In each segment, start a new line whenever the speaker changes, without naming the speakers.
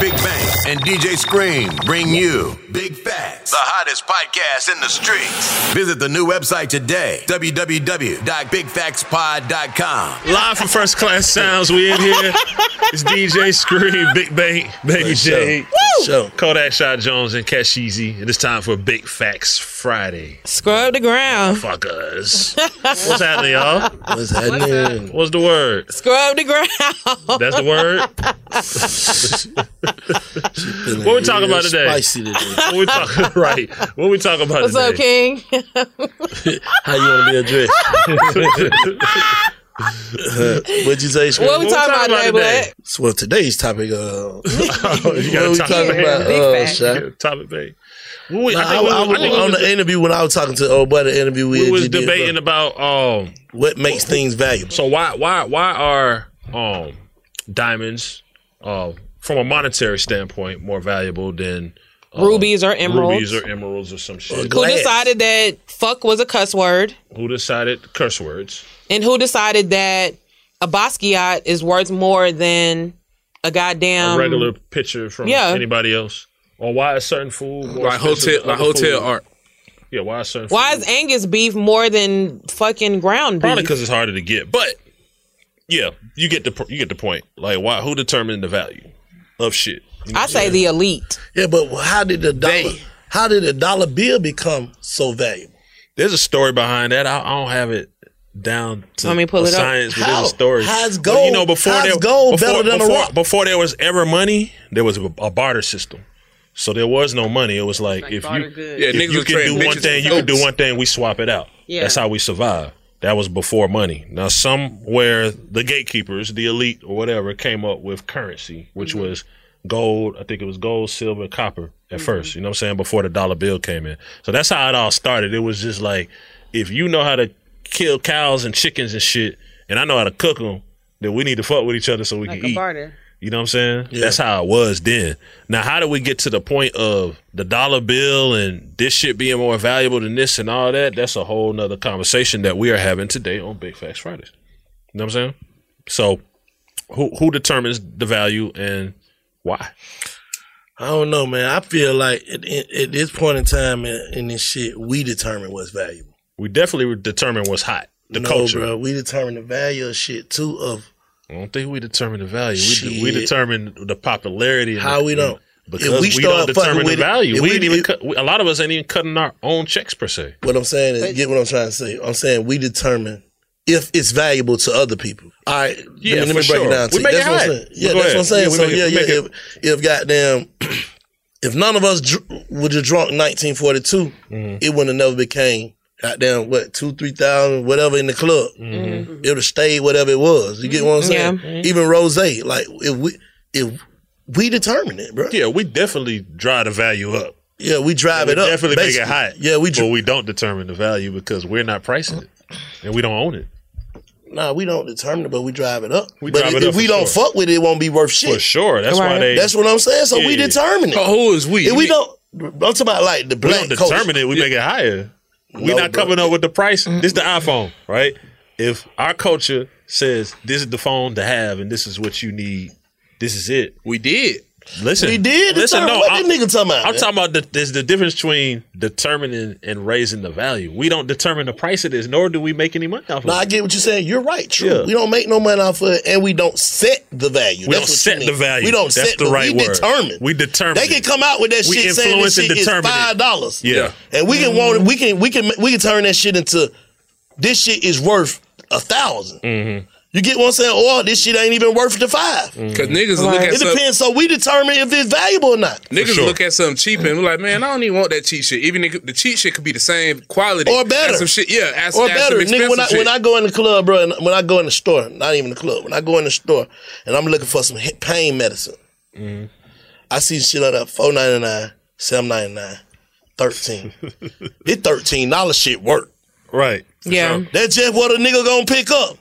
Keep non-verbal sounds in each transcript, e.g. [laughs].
Big Bang and DJ Scream bring you Big Facts, the hottest podcast in the streets. Visit the new website today, www.bigfactspod.com.
Live from First Class Sounds, we in here. It's DJ Scream, Big Bang, Baby J,
So
Kodak Shot Jones, and Cash Easy. And it's time for Big Facts Friday.
Scrub the ground.
Fuckers. What's happening, y'all?
What's happening?
What's the word?
Scrub the ground.
That's the word?
[laughs]
What we talking about today?
Spicy today.
What we talking [laughs] right? What we talking about
What's
today?
up, King?
How you want to be addressed? [laughs] What'd you say, Scrub?
What we talking about today, Black?
So, well, today's topic. Uh,
[laughs] Oh, you got
what
a
we
topic,
talking
man.
about?
Big
Uh,
fact.
Shaq?
Yeah, topic, babe. Well, we-
Nah,
I
I,
think we-
I was-
I think we
on
was-
the interview when I was talking to old boy, the interview we,
we was
just did,
debating
bro,
about um
what makes things valuable.
So why why why are um diamonds uh, from a monetary standpoint more valuable than uh,
Rubies or emeralds.
Rubies or emeralds or some shit.
Gla-
Who
Glass.
decided that fuck was a cuss word?
Who decided curse words?
And who decided that a Basquiat is worth more than a goddamn
a regular picture from
Um, yeah.
anybody else. Or why is certain food more
Like
expensive
hotel-
than
like
other
hotel
food?
art.
Yeah, why is certain
Why
food-
is Angus beef more than fucking ground
probably
beef?
because it's harder to get, but yeah, you get the pr- you get the point. Like why who determined the value of shit? You know what
I
I'm
say the elite.
Yeah, but how did the dollar?
They.
How did the dollar bill become so valuable?
There's a story behind that. I, I don't have it down to
Want me to pull
a
it up?
science, but
How?
there's a story.
How's
But,
gold- how's gold better than a
before,
rock?
before there was ever money, there was a, a barter system. So there was no money. It was like, if
barter
you
goods.
Yeah,
if
niggas
you
was
can
trading
do one
bitches
thing, you
for
can do
votes.
one thing. We swap it out.
Yeah.
That's how we survive. That was before money. Now somewhere the gatekeepers, the elite or whatever, came up with currency, which was gold. I think it was gold, silver, copper at first. You know what I'm saying? Before the dollar bill came in. So that's how it all started. It was just like if you know how to kill cows and chickens and shit, and I know how to cook them, then we need to fuck with each other so we can eat. You know what I'm saying? That's how it was then. Now, how do we get to the point of the dollar bill and this shit being more valuable than this and all that? That's a whole nother conversation that we are having today on Big Facts Fridays. You know what I'm saying? So, who who determines the value and why?
I don't know, man. I feel like at, at- at this point in time in, in this shit, we determine what's valuable.
We definitely determine what's hot. The
no,
culture.
bro. We determine the value of shit too of
I don't think we determine the value. We, de- we
Shit.
determine the popularity. and
How
the-
we don't?
Because
If we
we,
start fucking
don't determine the
with it-
value.
if
we
we-
didn't even
if-
cut, we, a lot of us ain't even cutting our own checks per se.
what I'm saying. Is, get what I'm trying to say. I'm saying we determine if it's valuable to other people. All right.
Yeah,
let me, let me
for
break
sure.
it down. To
We
you.
make
that's
it
what I'm
hot.
saying. Yeah,
Go
that's
ahead.
what I'm saying.
We
so
make it-
yeah,
we
yeah.
make
If,
it-
if goddamn, [clears throat] if none of us dr- would have drunk 1942,
Mm-hmm.
it wouldn't have never became. Goddamn, what two, three thousand, whatever in the club,
Mm-hmm.
it would have stayed whatever it was. You get what I'm saying? Even rose, like if we if we determine it, bro. Yeah,
Yeah, we definitely drive the value up.
we drive
we
it up.
definitely make it
basically.
hot.
Yeah, we.
but
Dr-
we don't determine the value because we're not pricing it and we don't own it.
nah, we don't determine it, but we drive it up.
We
but
drive
if,
it up
if we
for
don't
sure.
fuck with it, it won't be worth shit.
For sure. That's why they.
That's what I'm saying. So we
Yeah.
determine it.
But who is we?
If
You
we
mean-
don't, I'm talking about like the
We
black
don't determine it. We make it higher. We
No,
not
bro.
coming up with the price. This the iPhone, right? If our culture says this is the phone to have and this is what you need, this is it. We did. Listen,
We did
Listen,
determine-
no,
what
I'm,
that nigga talking about,
I'm
man?
talking about the, there's the difference between determining and raising the value. We don't determine the price of this, nor do we make any money off of
Now I
it.
get what you're saying. You're right. True.
Yeah.
We don't make no money off of it, and we don't set the value.
We
That's
don't
what you
set
mean.
the value.
We don't
That's
set
the
but
right
We
word.
determine.
We determine.
They can come out with that
We
shit saying this
influence and
shit is
determine it.
five dollars.
Yeah.
and we can want it. We can we can we can turn that shit into this shit is worth a 1000 You get what I'm saying? Or this shit ain't even worth the five.
Mm-hmm.
Because niggas look at
it
some-
depends. So we determine if it's valuable or not.
Niggas look at something cheap and we're like, man, I don't even want that cheap shit. Even if the cheap shit could be the same quality
or better.
Add some shit, yeah, add,
or
add
better.
Some
Nigga,
expensive
when I
shit.
when I go in the club, bro, and when I go in the store, not even the club, when I go in the store, and I'm looking for some hip- pain medicine, I see shit like that four ninety nine, seven ninety nine, thirteen. this thirteen dollar shit work.
Right.
Yeah.
That's just what a nigga gonna pick up.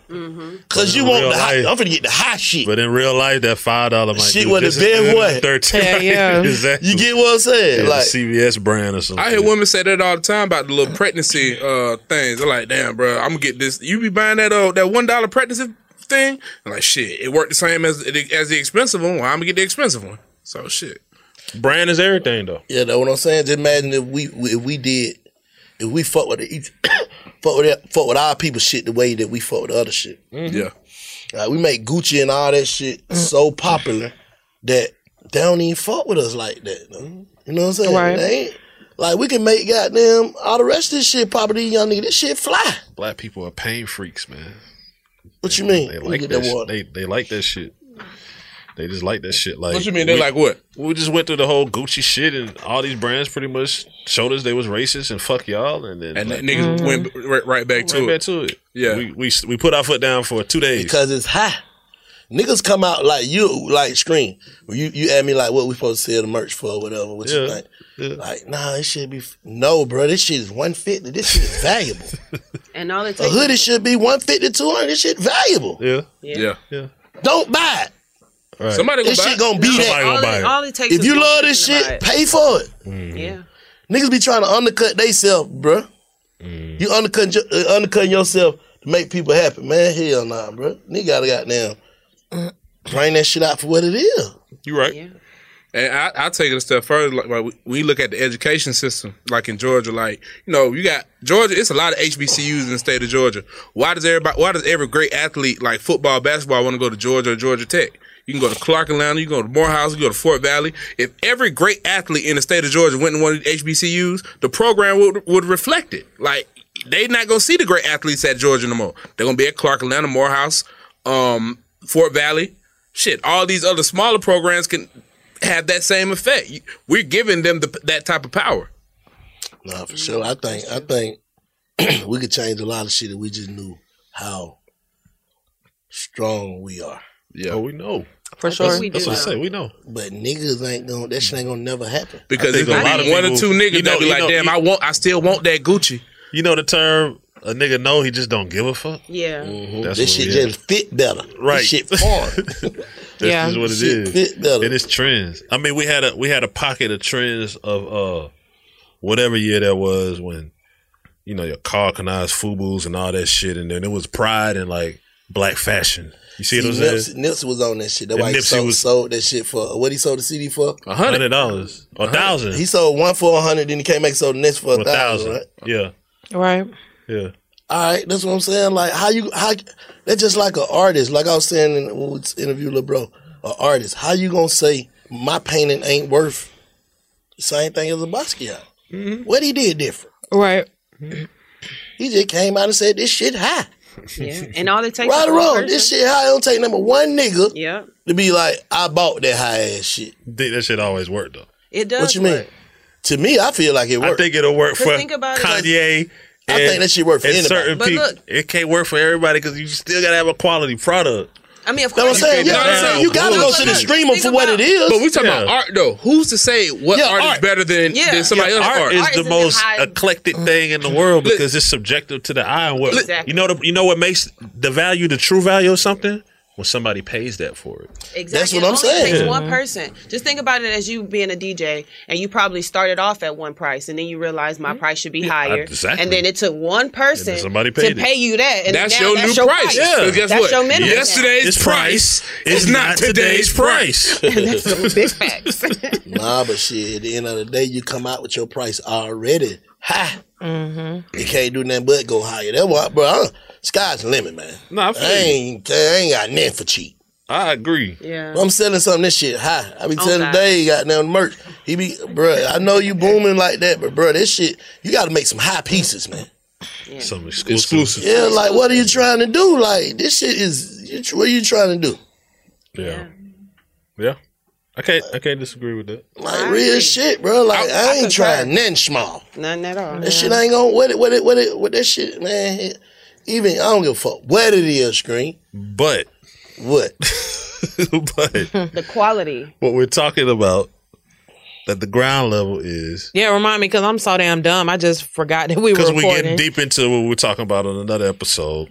Cause you
In
want
real
the high,
life-
I'm finna get the high shit.
But in real life, that five dollar might
Shit
do
with
just
the
as
big
good
one.
as Thirteen.
Hell,
[laughs]
yeah.
exactly.
You get what I'm saying?
Yeah,
Like-
the CVS brand or something.
I hear women say that all the time about the little pregnancy uh, things. They're like, damn, bro, I'm gonna get this. You be buying that uh, that one dollar pregnancy thing? I'm like, shit, it worked the same as as the expensive one. Well, I'm gonna get the expensive one. So shit.
Brand is everything though.
Yeah, that's what I'm saying. Just imagine if we if we did if we fuck with each fuck with that, fuck with our people shit the way that we fuck with the other shit.
Mm.
Mm-hmm. Yeah.
Like we make Gucci and all that shit
Mm.
so popular that they don't even fuck with us like that. though. You know what I'm saying?
Right.
They ain't- like we can make goddamn all the rest of this shit popular. These young nigga, this shit fly.
Black people are pain freaks, man.
What you mean?
They
Let me
like
get
that.
that
shit.
water.
They they like that shit. They just like that shit. Like
What you mean they like what?
We just went through the whole Gucci shit, and all these brands pretty much showed us they was racist and fuck y'all, and then
And
like,
niggas went right, right back to
right
it.
back to it.
Yeah.
we, we we put our foot down for two days.
Because it's high. Niggas come out like you, like screen. You you ask me like what we supposed to sell the merch for or whatever. What you
Yeah.
think?
Yeah.
Like, nah, it should be f- no, bro. This shit is one fifty. This shit is
[laughs]
valuable.
And all it
A
takes.
hoodie should be 150, 200. This shit valuable.
Yeah.
Yeah.
Yeah.
Don't buy it.
Right.
Somebody
this
gonna buy
shit
it.
gonna be
Somebody
that.
gonna buy it.
all it takes
if
is
you
one
love this
person to buy
shit,
it.
pay for it.
Yeah.
Niggas be trying to undercut theyself, bruh.
Mm.
You undercut your- uh, undercut yourself to make people happy, man. Hell nah, bruh. Nigga gotta goddamn bring that shit out for what it is.
You right.
And I, I take it a step further. Like, like we, we look at the education system, like in Georgia, like you know, you got Georgia. It's a lot of HBCUs in the state of Georgia. Why does everybody? Why does every great athlete, like football, basketball, want to go to Georgia or Georgia Tech? You can go to Clark Atlanta, you can go to Morehouse, you can go to Fort Valley. If every great athlete in the state of Georgia went to one of the HBCUs, the program would would reflect it. Like they not gonna see the great athletes at Georgia no more. They're gonna be at Clark Atlanta, Morehouse, um, Fort Valley. Shit, all these other smaller programs can have that same effect. You- We're giving them the, that type of power.
Nah,
Mm-hmm.
for sure. I think I think [clears throat] we could change a lot of shit if we just knew how strong we are.
Yeah,
oh, we know.
For
That's-
sure.
That's, what I say. We know.
But niggas ain't gonna that shit ain't gonna never happen.
Because
I
it's gonna
think a lot
be
of
one or
people-
two niggas
you know-
that be
you
like,
know-
damn,
you-
I want, I still want that Gucci.
You know the term a nigga know he just don't give a fuck.
Yeah.
Mm,
That's
this
what
shit
we at.
just fit better.
Right.
This
[laughs]
shit foreign.
That's
Yeah.
just what it
Shit
is.
fit better.
It is trends. I mean, we had a we had a pocket of trends of uh whatever year that was when you know your carcanized fubus and all that shit, and then it was pride and like black fashion. You see what I'm
Nipsey,
saying?
Nipsey was on that shit. That's
And
why he
Nipsey
sold,
was-
sold that shit for what he sold the CD for.
A
Hundred
hundred.
dollars, a thousand,
He sold one for a hundred, then he came back and sold the next for
a
a thousand.
thousand.
Right?
Yeah,
Right.
yeah.
All right, that's what I'm saying. Like how you how that's just like an artist. Like I was saying in, when we interviewed Lil Bro, an artist. How you gonna say my painting ain't worth the same thing as a Basquiat?
Mm-hmm.
What he did different?
Right.
He just came out and said this shit high.
Yeah. And all it takes
right
is
or
one
wrong,
person.
this shit high. It don't take number one nigga
Yeah.
to be like I bought that high ass shit.
Think that shit always worked though.
It does.
What you mean?
work.
To me, I feel like it
I
worked.
think it'll work
'Cause
for
think about it,
Kanye.
I
and-
think that shit work for
and
anybody.
certain
But
people.
look-
it can't work for everybody because you still gotta have a quality product.
I mean, of
That's what I'm
course.
saying. Yeah, I'm saying you gotta go to the streamer for what it is.
But we talking about art though. Who's to say what
Yeah,
art,
art.
is better than,
Yeah.
than somebody
Yeah,
else's
art
art?
is
It's the most eclectic thing in the world
Look-
because it's subjective to the eye. and What
Exactly.
you know, the, you know what makes the value, the true value of something, when somebody pays that for it.
Exactly.
That's what
It
I'm
only
saying.
Takes
Yeah.
one person. Just think about it as you being a DJ, and you probably started off at one price, and then you realize
Mm-hmm.
my price should be higher.
exactly.
And then it took one person
And then somebody
to
paid it.
pay you that, and
That's
now
your
that's
new
your
price.
price.
Yeah. 'Cause guess
that's
what?
your minimum. now.
Yesterday's
This
price
is not today's price. [laughs]
That's some big facts.
nah, but shit, at the end of the day, you come out with your price already. Ha!
Mm-hmm.
You can't do nothing but go higher. That's why, bro. I, sky's the limit, man.
Nah, I feel you.
ain't, I ain't got nothing for cheap.
I agree. [laughs]
Yeah.
I'm selling something this shit high. I be
Oh,
telling
God.
Dave, goddamn merch. He be, bruh, I know you booming like that, but bruh, this shit, you gotta make some high pieces, man.
Some exclusive.
Yeah, like what are you trying to do? Like this shit is, you, what are you trying to do?
Yeah. Yeah. I can't I can't disagree with that.
Like real shit, bro. Like I, ain't trying nothing small.
Nothing at all.
That shit ain't gonna what it what it what it what that shit, man. it- even I don't give a fuck what it is, screen.
But
what?
[laughs] but
the quality.
what we're talking about at the ground level is
Yeah, remind me because I'm so damn dumb. I just forgot that we were
because
recording.
we're getting deep into what we're talking about on another episode.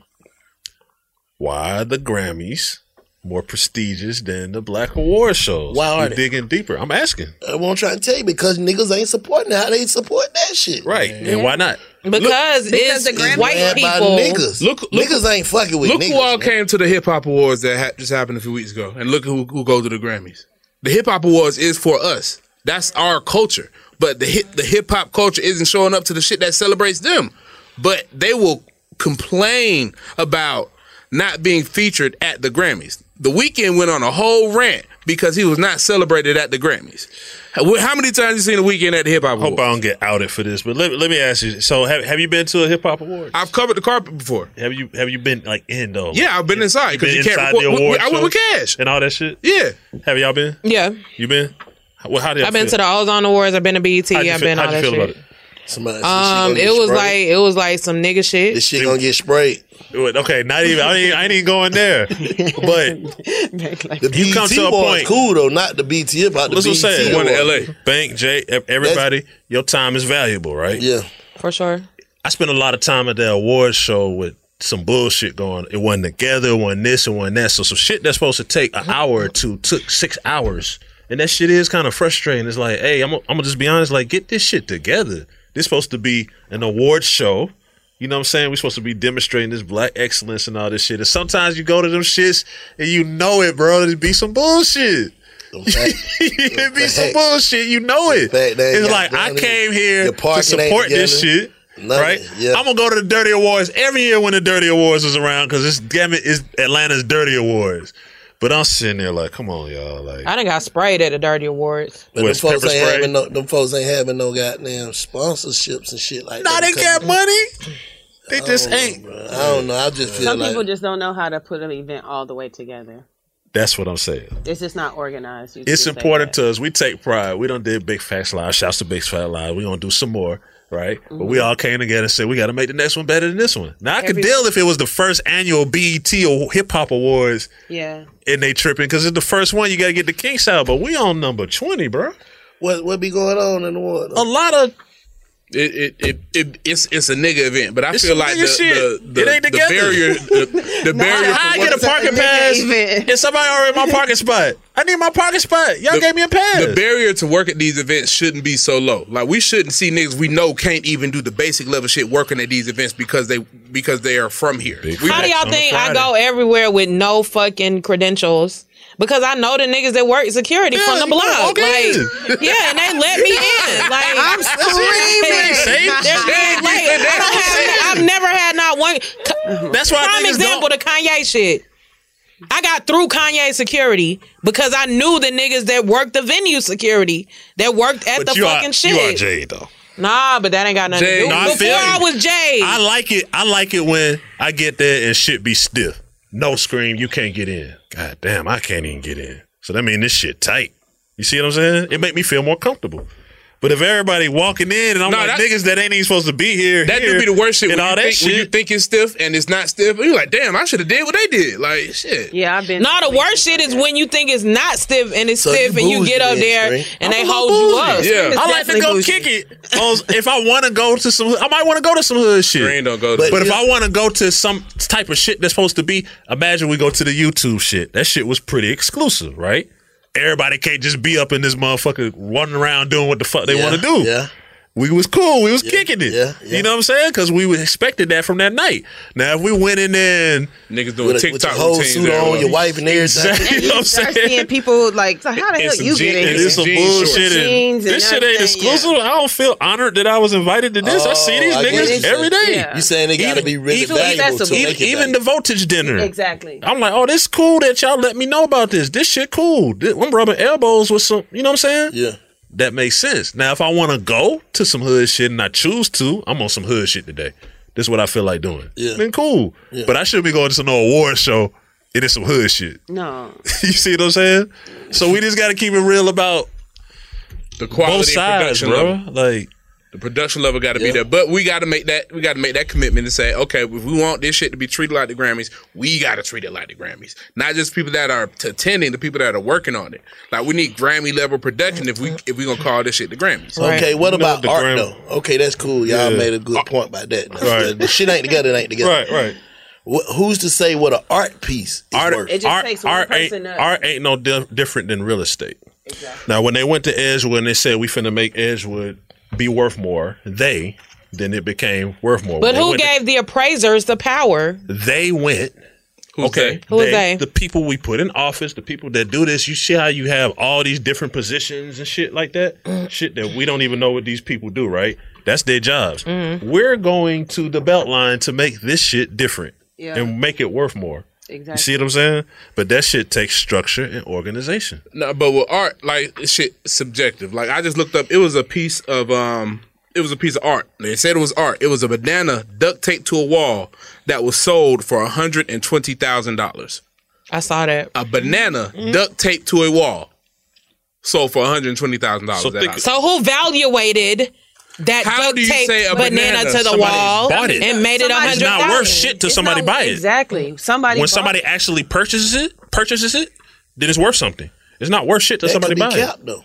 Why are the Grammys more prestigious than the Black Award shows?
Why are
We're
they?
digging deeper? I'm asking.
I won't try to tell you because niggas ain't supporting how they support that shit.
Right. And why not?
Because it's white
led by
people.
Niggas.
Look- look-
niggas ain't fucking with
look
niggas.
who all
man.
came to the hip hop awards that ha- just happened a few weeks ago, and look who who goes to the Grammys. The hip hop awards is for us. That's our culture. But the hip the hip hop culture isn't showing up to the shit that celebrates them. But they will complain about not being featured at the Grammys. The weekend went on a whole rant because he was not celebrated at the Grammys. How how many times you seen the weekend at the hip hop awards?
Hope I don't get outed for this, but let, let me ask you. So, have, have you been to a hip hop award?
I've covered the carpet before.
Have you Have you been like in though?
Yeah, I've been inside because
been
you can't
inside
record.
the
We- we-
award
I went with
shows
cash
and all that shit.
Yeah,
have y'all been?
Yeah,
You been? How, well, how did
I've been to the Ozone Awards. I've been to BET.
How'd you
I've
feel-
been all
how'd you
that
feel
shit.
about
Somebody said she
Um,
gonna
it
get
was
sprayed.
like it was like some nigga shit.
This shit gonna get sprayed.
Okay, not even. I ain't, I ain't even going
[laughs]
there. [laughs]
[laughs]
But
The BET
you come to a
award's
point.
cool though, not the BT about the
Let's
BT
just say it.
award.
Bank J, ev- everybody, your time is valuable, right?
Yeah,
for sure.
I spent a lot of time at the award show with some bullshit going. It wasn't together. It wasn't this. It wasn't that. So some shit that's supposed to take an hour or two took six hours, and that shit is kind of frustrating. It's like, hey, I'm gonna- I'm gonna just be honest. Like, get this shit together. This supposed to be an award show. You know what I'm saying? We're supposed to be demonstrating this black excellence and all this shit. And sometimes you go to them shits and you know it, bro. It be some bullshit. [laughs] it be some bullshit. You know it. It's like I came here to support this shit, right? I'm gonna go to the Dirty Awards every year when the Dirty Awards is around because it's damn it is Atlanta's Dirty Awards. But I'm sitting there like, come on, y'all, like
I done got sprayed at the Dirty Awards.
But them
With
folks,
pepper
ain't
spray?
having no, them folks ain't having no goddamn sponsorships and shit like
Nah,
that.
they got money. They just ain't.
I don't know. I just feel
Some
like
people just don't know how to put an event all the way together.
That's what I'm saying.
It's just not organized. You
It's
can say
important to us. We take pride. We done did Big Facts Live. Shouts to Big Facts Live. We gonna do some more, right? But we all came together and said we gotta make the next one better than this one. Now I could
Mm-hmm. Every-
deal if it was the first annual BET or Hip Hop Awards
that. Yeah.
and they tripping because it's the first one. You got to get the king style, but we on number twenty, bro.
what what be going on in the world. A
lot of
It, it, it, it it's it's a nigga event, but I
It's
feel
some
like
nigga
the,
shit.
the, the,
It ain't
the
together.
barrier the, the barrier.
I,
for
get a
what-
parking pass. And somebody already my parking spot. I need my parking spot. Y'all
The-
gave me a pass.
The barrier to work at these events shouldn't be so low. Like we shouldn't see niggas we know can't even do the basic level shit working at these events because they because they are from here. We-
How do y'all think I go everywhere with no fucking credentials? Because I know the niggas that work security from the block.
okay.
Like, yeah, and they let me
[laughs]
in. Like,
I'm
[laughs]
screaming. Same
They're
shit.
being late. I don't have, I've never had not one.
That's why
Prime
niggas
example, the Kanye shit. I got through Kanye security because I knew the niggas that worked the venue security that worked at the
you
fucking
are,
shit.
You are Jade though.
Nah, but that ain't got nothing to
Jade,
do.
no, I
Before
feel
I,
you.
was Jade.
I like it. I like it when I get there and shit be stiff. No scream. You can't get in. God damn, I can't even get in. So that mean this shit tight. You see what I'm saying? It make me feel more comfortable. But if everybody walking in and I'm
No,
like
that-
niggas that ain't even supposed to be here,
That
here,"
do be the worst shit.
and
when
all
you
that
think,
shit.
When you think it's stiff and it's not stiff, you like, damn, I should have did what they did. Like shit.
Yeah, I've been.
No, the worst shit is when you think it's not stiff and it's
So
stiff
you
and you
bougie
get up
then,
there
Shree.
and they
I'm a
hold you
bougie.
up.
Yeah. I like to go kick [laughs] it. on- if I want to go to some, I might want to go to some hood shit.
don't go.
But, if I want to go to some type of shit that's supposed to be, imagine we go to the YouTube shit. That shit was pretty exclusive, right? Everybody can't just be up in this motherfucker running around doing what the fuck they
Yeah,
want to do.
yeah.
We was cool. We was kicking it. You know what I'm saying? Because we expected that from that night. Now, if we went in there and
niggas
doing
With a- with your TikTok whole routines suit and on, all your that. wife and everything.
[laughs] you
And
know what
you
I'm
start
saying?
seeing people like, so how the hell you get in
and
here?
it's some
Jeans
bullshit.
shorts.
and-
Jeans and
this shit ain't
everything, Oh,
exclusive. I don't feel honored that I was invited to this. I see these
I get
niggas
it.
every day.
Yeah. You saying they gotta be really valuable to
even,
make it
even the voltage dinner.
Exactly.
I'm like, oh, this cool that y'all let me know about this. This shit cool. This- I'm rubbing elbows with some. You know what I'm saying?
Yeah.
That makes sense. Now, if I want to go to some hood shit and I choose to, I'm on some hood shit today. This is what I feel like doing.
Yeah.
Then cool.
Yeah.
But I should be going to some award show and it's some hood shit. [laughs]
No.
you see what I'm saying? So we just got to keep it real about
the quality
both sides,
and production
bro.
level.
Like
The production level got to be there, but we got to make that we got to make that commitment to say, okay, if we want this shit to be treated like the Grammys, we got to treat it like the Grammys. Not just people that are t- attending, the people that are working on it. Like we need Grammy level production if we if we gonna call this shit the Grammys.
Okay, what about art though? Okay, that's cool. Y'all
Yeah.
made a good point about that. That's
Right.
good. The shit ain't together. It ain't together.
Right, right.
Wh- who's to say what an art piece is
art,
worth?
It just
art,
takes one
art,
person
ain't,
to-
art ain't no di- different than real estate. Now, when they went to Edgewood and they said we finna make Edgewood be worth more, they then it became worth more. When
But
they
who
went to-
gave the appraisers the power?
they went. okay,
Who was they?
The people we put in office, the people that do this. You see how you have all these different positions and shit like
Mm.
that. shit that we don't even know what these people do, right? That's their jobs.
Mm-hmm.
We're going to the Beltline to make this shit different
Yeah.
and make it worth more.
Exactly.
You see what I'm saying? But that shit takes structure and organization.
No, but with art, like shit, subjective. Like I just looked up. It was a piece of um, it was a piece of art. They said it was art. It was a banana duct taped to a wall that was sold for hundred and twenty thousand dollars.
I saw that.
A banana duct taped to a wall sold for one hundred twenty thousand
So think-
dollars.
So who evaluated that duct
do you
tape
say a
banana,
banana?
to the
Somebody
wall
bought it.
and made it
It's
a hundred
not worth
thousand?
shit till somebody buy it.
Exactly. Somebody
when
bought
somebody actually purchases it, purchases it, then it's worth something. It's not worth shit to
That
somebody
could be
buy
cap
it.
though.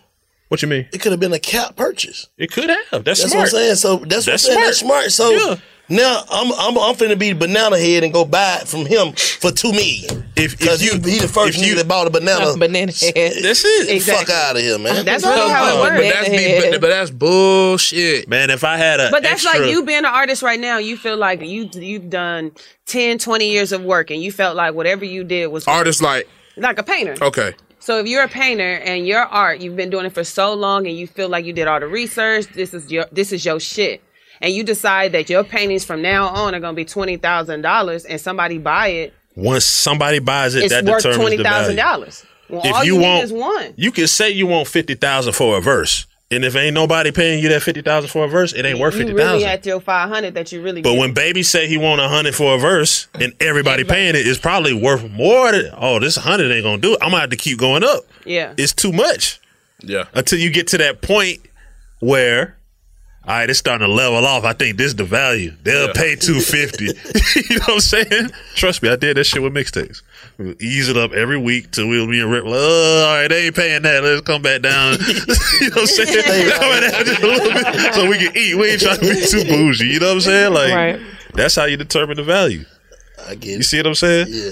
What you mean?
It could have been a cap purchase.
It could have. That's,
That's
smart.
what I'm saying. So that's,
That's
what I'm saying. That's smart. So now I'm I'm I'm finna be the banana head and go buy it from him for two million.
If
because you he the first nigga that bought a banana.
A banana head.
That's it.
Fuck out of here, man.
That's really how it works.
But that's be, but, but that's bullshit,
man. If I had a
But that's
extra-
like you being an artist right now. You feel like you you've done 10, 20 years of work, and you felt like whatever you did was
artist like
like a painter.
okay.
So if you're a painter and your art, you've been doing it for so long, and you feel like you did all the research. This is your this is your shit, and you decide that your paintings from now on are gonna be twenty thousand dollars, and somebody buy it.
Once somebody buys it,
it's
that
worth
determines
twenty
the
thousand
value.
dollars. Well,
If
all
you
you, need
want-
is one.
You can say you want fifty thousand for a verse, and if ain't nobody paying you that fifty thousand for a verse, it ain't worth
You
fifty
really
thousand.
at your five hundred that you really.
But
did.
when Baby say he want a hundred for a verse, and everybody paying it, it's probably worth more than oh this hundred ain't gonna do it. I'm gonna have to keep going up.
yeah,
It's too much.
Yeah.
Until you get to that point where, all right, it's starting to level off. I think this is the value. They'll
Yeah.
pay two fifty. [laughs] you know what I'm saying? Trust me, I did that shit with mixtapes. We'll ease it up every week till we'll be in rip. Like, oh, all right, they ain't paying that. Let's come back down. [laughs] you know what I'm saying? [laughs] Come back down just a little bit so we can eat. We ain't trying to be too bougie. You know what I'm saying? Like
Right.
that's how you determine the value.
I get it.
You see what I'm saying?
Yeah.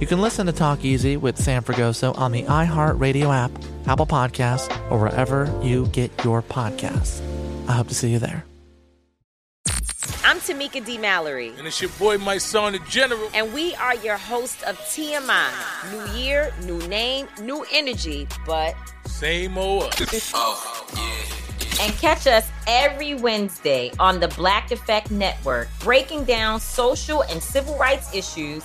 You can listen to Talk Easy with Sam Fragoso on the iHeartRadio app, Apple Podcasts, or wherever you get your podcasts. I hope to see you there.
I'm Tamika D. Mallory.
And it's your boy, my son, the general.
And we are your host of TMI. New year, new name, new energy, but.
Same old us.
Oh, yeah. And catch us every Wednesday on the Black Effect Network, breaking down social and civil rights issues,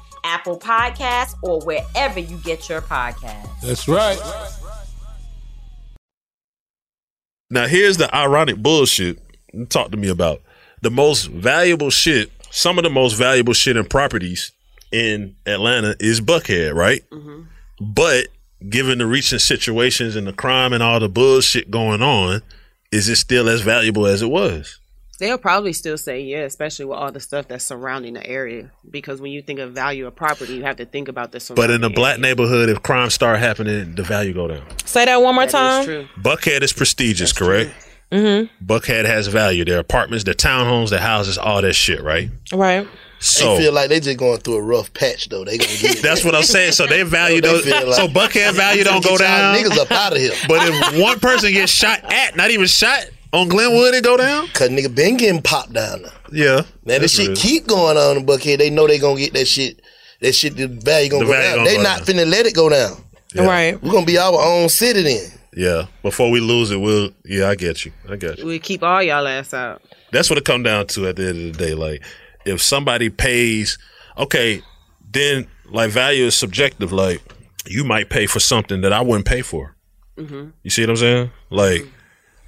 Apple Podcasts, or wherever you get your podcasts.
That's right.
Now here's the ironic bullshit. you Talk to me about the most valuable shit. Some of the most valuable shit in properties in Atlanta is Buckhead, right? But given the recent situations and the crime and all the bullshit going on, is it still as valuable as it was?
They'll probably still say yeah, especially with all the stuff that's surrounding the area. Because when you think of value of property, you have to think about this.
But in a black neighborhood, if crime start happening, the value go down.
Say that one more time.
Buckhead is prestigious, correct?
Mm-hmm.
Buckhead has value. Their apartments, their townhomes, their houses, all that shit, right?
Right.
So
they feel like they just going through a rough patch though.
[laughs]
They gonna get it.
That's what I'm
[laughs]
saying. So they value those.
feel like- [laughs]
so Buckhead value don't go
Get y'all
down.
niggas up outta here.
But if one person gets shot at, not even shot on Glenwood, it go down.
Cause nigga been getting popped down. Now,
Yeah.
now this shit keep going on in Buckhead. They know they gonna get that shit. That shit, the value gonna
The
go
value
down.
gonna
they
go
not finna let it go down.
Right.
We're gonna be our own city then.
Yeah. Before we lose it, we'll. Yeah, I get you. I get you.
We keep all y'all ass out.
That's what it come down to at the end of the day. Like, if somebody pays, okay, then like value is subjective. Like, you might pay for something that I wouldn't pay for.
hmm
Mm-hmm.
You see what I'm saying? Like,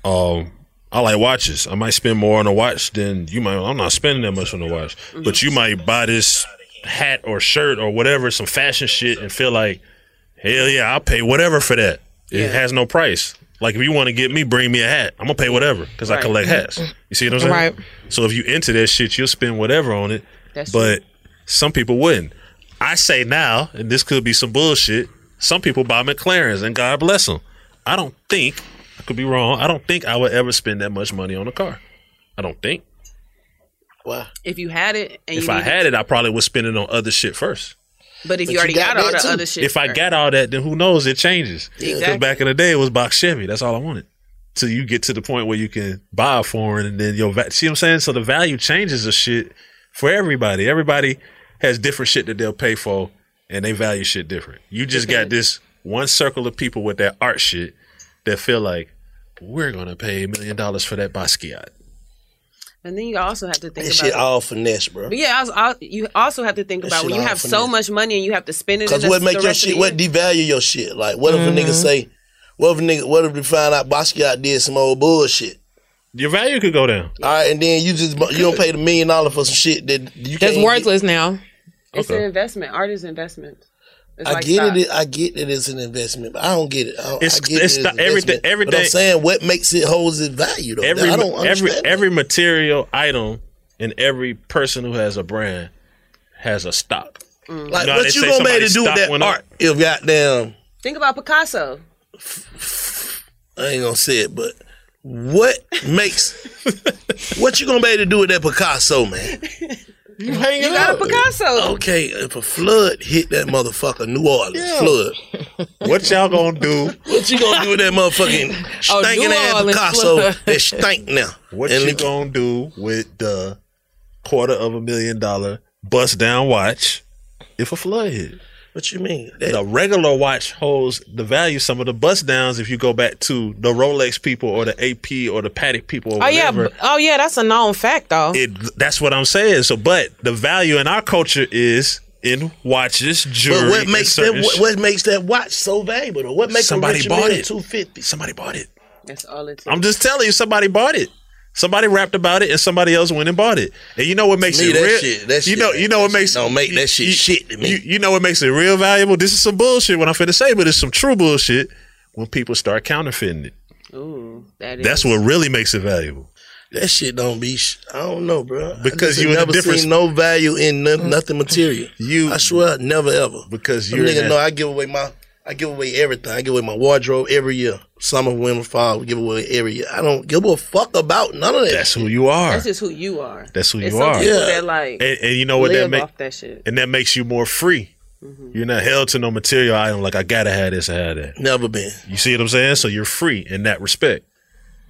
um, I like watches. I might spend more on a watch than you might. I'm not spending that much on a watch,
Mm-hmm.
but you might buy this hat or shirt or whatever, some fashion shit, and feel like, hell yeah, I'll pay whatever for that.
Yeah.
It has no price. Like if you want to get me, bring me a hat. I'm gonna pay whatever because I
Right.
collect hats. You see what I'm saying?
Right.
So if you into that shit, you'll spend whatever on it.
That's
but some people wouldn't. I say now, and this could be some bullshit. Some people buy McLarens, and God bless them. I don't think I could be wrong. I don't think I would ever spend that much money on a car. I don't think.
If you had it, and
if
you
I
needed-
had it, I probably would spend it on other shit first.
but if you already got, all the other shit,
If I got all that, then who knows? It changes.
Yeah.
Because
Exactly.
back in the day, it was box Chevy. That's all I wanted. Till you get to the point where you can buy a foreign, and then your va- see what I'm saying. So the value changes of shit for everybody. Everybody has different shit that they'll pay for, and they value shit different. You just got this one circle of people with that art shit that feel like we're gonna pay a million dollars for that Basquiat.
and then you also have to think
That
about
shit all finesse, bro.
But yeah, I was, I, you also have to think
That
about
shit
when you
all
have
for
so
me.
much money and you have to spend it.
Cause
in
what
the,
make
the
your
rest of
shit?
the
What devalue your shit? Like what if a nigga
Mhm.
say? What if a nigga? What if we find out Basquiat did some old bullshit?
Your value could go down.
All right, and then you just you don't pay the million dollar for some shit that you
That's
can't
worthless now.
year. It's an investment. Art is investment. It's
I
like
get
stock.
it. I get that it's an investment, but I don't get it. I,
It's-
I get
it's
it as
not-
an
everything-
investment, But I'm
everything-
saying what makes it holds its value though.
every
I don't
every
understand.
every material item and every person who has a brand has a stock.
Like,
No, they
what you
say
gonna be able
somebody's
to do with
stock
that
went up.
art if goddamn?
Think about Picasso.
I ain't gonna say it, but what makes
[laughs]
what you gonna be able to do with that Picasso, man?
You
hanging
got a Picasso.
Okay, if a flood hit that motherfucker, New Orleans
Yeah.
flood,
[laughs]
what y'all gonna do? What you gonna do with that motherfucking
Oh, New
stinking ass
Orleans
Picasso
flood.
[laughs] that stink now?
What
And
you
it-
gonna do with the quarter of a million dollar bust down watch if a flood hit?
What you mean?
the regular watch holds the value. Some of the bust downs, if you go back to the Rolex people or the AP or the Patek people, or
Oh yeah,
whatever,
b- oh yeah, that's a known fact though.
it that's what I'm saying. So, but the value in our culture is in watches, jewelry.
But what
and
makes that
certain
what,
sh-
what makes that watch so valuable? Though? What makes
Somebody
a rich
bought
man
it.
two fifty?
Somebody bought it.
That's all it
I'm just telling you, somebody bought it. Somebody rapped about it, and somebody else went and bought it. And you know what makes
me,
it
that
real?
shit- that
you
shit-
know, you know what makes
don't make that shit
you,
shit to me.
You, you know what makes it real valuable? This is some bullshit. What I'm finna say, but it's some true bullshit. When people start counterfeiting it,
Ooh, that is.
that's what really makes it valuable.
That shit don't be. Sh- I don't know, bro. I
Because
just
you in a
never
different-
seen no value in no, nothing material.
[laughs] You,
I swear, never ever.
Because
Them
you're in
nigga
that-
know I give away my, I give away everything. I give away my wardrobe every year. Summer, winter, fall, we give away every year. I don't give a fuck about none of that.
That's who you are.
That's just who you are.
That's who
It's
you
some
are.
people that, like,
and, and you know what that
live
makes
off that shit.
and that makes you more free.
Mm-hmm.
You're not held to no material item. Like I gotta have this, I have that.
Never been.
You see what I'm saying? So you're free in that respect.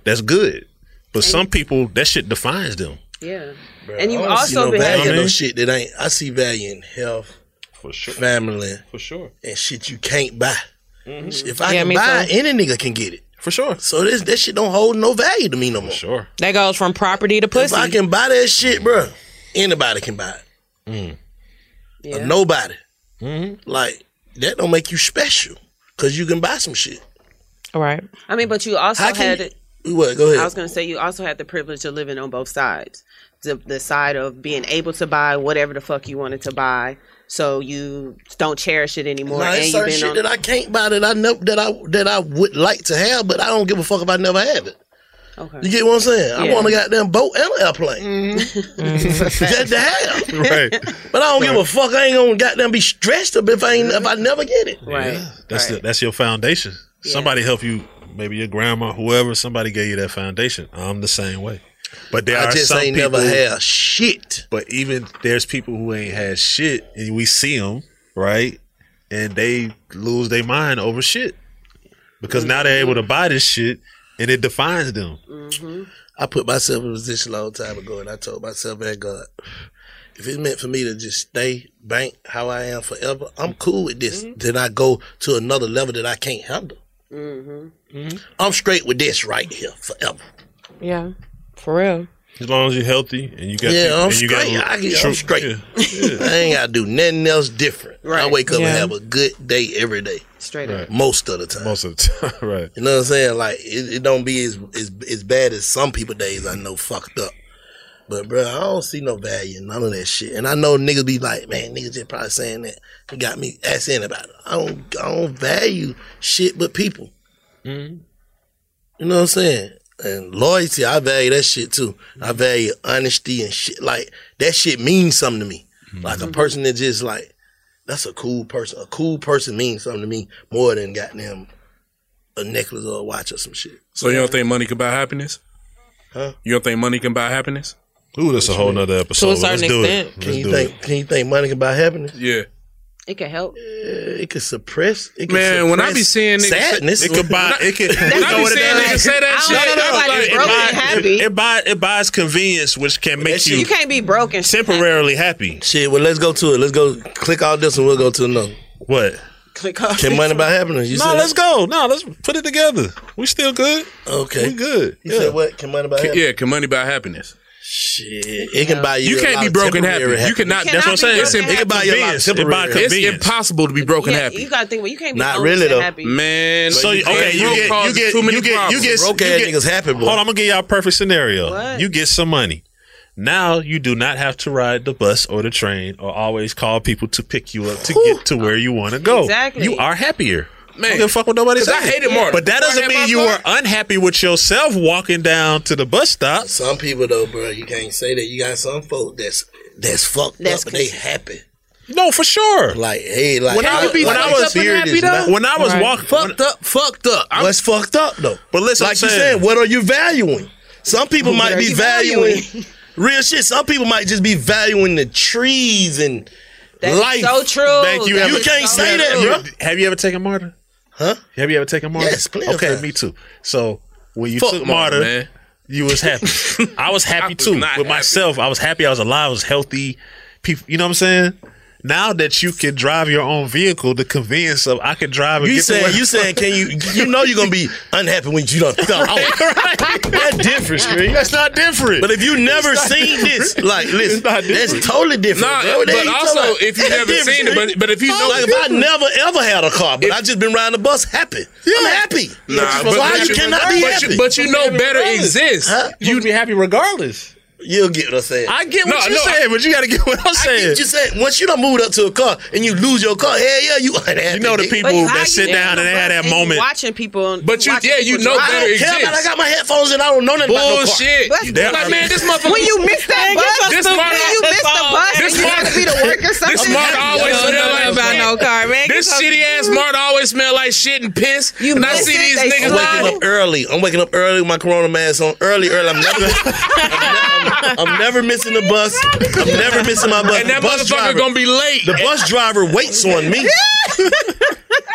That's good. But some people, that shit defines them.
Yeah.
Bro,
and you've
I don't see
also
no
been
value
having
in no shit that ain't. I see value in health,
for sure,
family,
for sure, Mm-hmm.
and shit you can't buy.
Mhm.
If I
Yeah,
can
me
buy,
too.
it, any nigga can get it
for sure.
So this that shit don't hold no value to me no more.
sure,
That goes from property to
if
pussy.
I can buy that shit, bro, anybody can buy it.
Mm. Yeah.
Or nobody.
Mm-hmm.
Like that don't make you special because you can buy some shit.
Right.
I mean, but you also
How can
had
you- What? Go ahead.
I was going to say you also had the privilege of living on both sides. The, the side of being able to buy whatever the fuck you wanted to buy, so you don't cherish it anymore.
Nah,
and
it's
you've
certain
been
shit
on-
that I can't buy that I never that I that I would like to have, but I don't give a fuck if I never have it.
Okay.
You get what I'm saying?
Yeah. Mm-hmm.
I want a goddamn boat and an airplane. [laughs] Just to have.
Right.
But I don't give a fuck. I ain't gonna goddamn be stressed up if I ain't if I never get it.
Right.
That's the, that's your foundation. Somebody help you, maybe your grandma, whoever. Somebody gave you that foundation. I'm the same way. But there
I
are
just
some
ain't
people
never had shit.
But even there's people who ain't had shit, and we see them right, and they lose their mind over shit because now they're able to buy this shit, and it defines them.
Mm-hmm. I put myself in a position a long time ago, and I told myself, "Man, God, if it's meant for me to just stay bank how I am forever, I'm cool with this."
Mm-hmm.
Then I go to another level that I can't handle.
Mm-hmm.
Mm-hmm.
I'm straight with this right here forever.
Yeah. For real.
As long as you're healthy and you got
yeah,
people-
I'm
and you got
straight. I,
true-
am straight. I ain't gotta do nothing else different. I wake up
Yeah.
and have a good day every day.
Straight
up. Right.
Most of the time.
most of the time, [laughs] right?
You know what I'm saying? Like it, it don't be as, as as bad as some people days I know fucked up. But bro, I don't see no value in none of that shit. And I know niggas be like, man, niggas just probably saying that. It got me asking about it. I don't I don't value shit but people. You know what I'm saying? And loyalty, I value that shit too. I value honesty and shit. Like that shit means something to me. Like a person that just like, that's a cool person. A cool person means something to me more than goddamn a necklace or a watch or some shit.
So you don't think money can buy happiness?
Huh?
You don't think money can buy happiness?
Ooh, that's a whole nother episode.
certain
Let's do
extent.
it.
Can
Let's
you
do
think- Can you think money can buy happiness?
Yeah.
It can help.
It could suppress. It could
Man, when I be
suppress
seeing niggas say-
sadness,
it could buy-
[laughs]
it could-
When I be seeing niggas say that shit, I'm like,
it, buy, it, it buy it buys convenience, which can make you
You can't be broken.
temporarily happy.
Shit, well, let's go to it. Let's go click all this and we'll go to another.
What?
Click off.
Can money buy happiness? You
no,
said
let's go. No, let's put it together. We still good.
Okay,
we good.
You said what? Can money buy
Can-
happiness?
yeah, can money buy happiness?
Shit, it can buy you.
You
a
can't
lot
be
of
broken happy.
temporary
You cannot.
You
that's what I'm
cannot be
saying. It's im-
broken happy. It can buy
you a lot of
convenience.
temporary happy.
It's
convenience.
impossible to be broken
yeah,
happy,
You gotta think. Well, you can't be
Not
broken
really, though.
happy.
man.
So you,
broke
okay, you get you
causes
get
too many
you get you
problems.
get
Broke
you
ass
get-
niggas happy, boy.
Hold on, I'm gonna give y'all a perfect scenario.
What?
You get some money. Now you do not have to ride the bus or the train or always call people to pick you up to get to where you want to go.
Exactly.
You are happier.
Man,
don't give a fuck what nobody
'Cause
says.
I hated Martin.
But that
Before I
doesn't
had
mean
my
you
son.
were unhappy with yourself walking down to the bus stop.
Some people though, bro, you can't say that. You got some folk that's that's fucked
That's
up, but they happy.
No, for sure.
Like, hey, like
when I,
how-
when
like,
I
how
was
serious is that?
when I was walking,
fucked up, fucked up. What's fucked up though?
But listen,
like
I'm
you
saying-
said, what are you valuing? Some people
What
might
are
be
you
valuing [laughs] real shit. Some people might just be valuing the trees and
That's
life.
so true.
Thank you.
That
you
is
can't
so
say that,
true.
bro.
Have you ever taken martyr?
Huh?
Have you ever taken martyr?
Yes, plenty of
Okay,
times.
me too. So when you
Fuck
took
Martyr,
martyr,
man.
you was happy. I was happy too with myself. I was happy. I was alive. I was healthy. People, you know what I'm saying? Now that you can drive your own vehicle, the convenience of I can drive. And
You
get to
saying
where-
you saying can you you know you're gonna be unhappy when you don't thumb out. [laughs] That's different, Screen.
That's not different.
But if you never
It's not
seen
different.
this, like
It's
listen,
not
that's
different.
totally different.
Nah,
bro. What the
but
hell you talking
also,
about?
if you
That's
never
different,
seen it,
Screen.
but- but if you know-
like if I never ever had a car, but I just been riding the bus happy. I'm happy.
Nah, but-
why
but
you
you-
cannot
but
be
you-
happy?
but you know better exists.
You would be happy regardless.
You'll get what I'm saying.
I get what you saying, but you got to get what I'm
I get
saying.
what you saying. Once you done moved up to a car and you lose your car, hell yeah, you [laughs] unhappy.
You know the
nigga.
people
How
that
you
sit
in
down and
the
they have that
bus and you
moment.
Watching people,
But you-
watching
yeah, you know
people drive.
I
better
don't care about I got my headphones and I don't know nothing
Bullshit.
about no car.
You like, man, this motherfucker.
When you miss that
Man,
bus,
this
when
Martin-
you miss the bus,
This
and you have to be to
Martin-
work or something.
This Martin always
You don't
smell
know
like
about
shit.
no car, man.
This
Get
shitty ass
some-
Martin always smell like shit and piss. You and I see
miss it,
these
they
I'm
niggas
waking up
like
early. I'm waking up early with my Corona mask on. Early, early. I'm never, I'm, I'm never missing the bus. I'm never missing my bus.
And that
The bus
motherfucker gonna be late.
The bus driver waits on
[laughs]
me.